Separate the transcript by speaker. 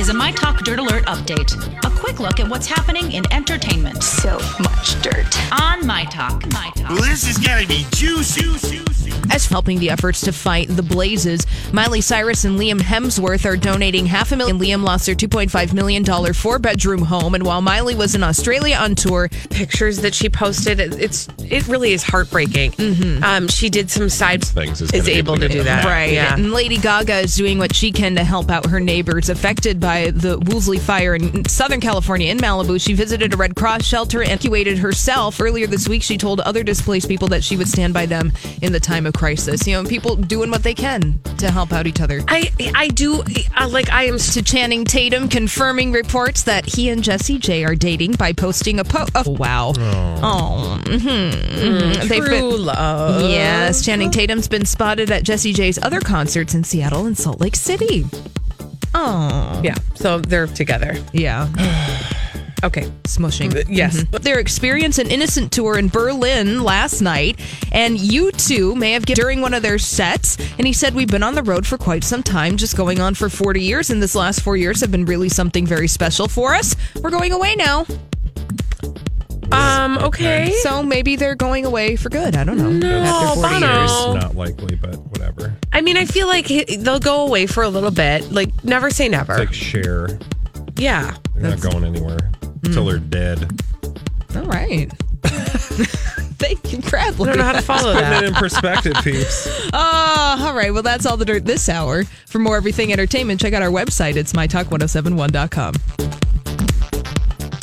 Speaker 1: is a My Talk Dirt Alert update. A quick look at what's happening in entertainment.
Speaker 2: So much dirt.
Speaker 1: On My Talk. My Talk.
Speaker 3: This is gonna be juicy. juicy.
Speaker 4: As helping the efforts to fight the blazes, Miley Cyrus and Liam Hemsworth are donating half a million. Liam lost their $2.5 million four bedroom home. And while Miley was in Australia on tour,
Speaker 5: Pictures that she posted, it- it's it really is heartbreaking. Um, she did some side
Speaker 6: Things is
Speaker 5: is
Speaker 6: gonna be
Speaker 5: able to
Speaker 6: bigger
Speaker 5: do
Speaker 6: than
Speaker 5: that,
Speaker 6: that.
Speaker 4: Right.
Speaker 5: Yeah.
Speaker 4: And Lady Gaga is doing what she can to help out her neighbors affected by the Woolsey fire in Southern California in Malibu. She visited a Red Cross shelter and evacuated herself. Earlier this week, she told other displaced people that she would stand by them in the time of crisis. You know, people doing what they can to help out each other.
Speaker 5: I I do uh, like I am
Speaker 4: To Channing Tatum confirming reports that he and Jesse J are dating by posting a post. Oh, wow. Oh, hmm
Speaker 5: true love.
Speaker 4: Yes, Channing Tatum's been spotted at Jesse J's other concerts in Seattle and Salt Lake City. Oh,
Speaker 5: Yeah, so they're together.
Speaker 4: yeah,
Speaker 5: Okay,
Speaker 4: smushing. Mm-hmm.
Speaker 5: yes.
Speaker 4: Their experience an innocent tour in Berlin last night, and you two may have given during one of their sets. And he said, "We've been on the road for quite some time, just going on for 40 years, and this last four years have been really something very special for us. We're going away now,
Speaker 5: Um. Okay.
Speaker 4: so maybe they're going away for good. I don't know. After 40
Speaker 5: Bono.
Speaker 4: years.
Speaker 5: Oh.
Speaker 6: Not likely, but whatever.
Speaker 5: I mean, I feel like he- they'll go away for a little bit. Like, never say never.
Speaker 6: It's like share. They're
Speaker 5: yeah.
Speaker 6: not going anywhere until they're dead.
Speaker 4: All right. Thank you, Bradley.
Speaker 5: I don't know how to follow
Speaker 6: Putting
Speaker 5: that.
Speaker 6: it in perspective, peeps.
Speaker 4: Ah, all right. Well, oh that's all the dirt this hour. For more everything entertainment, check out our website. It's mytalk1071.com.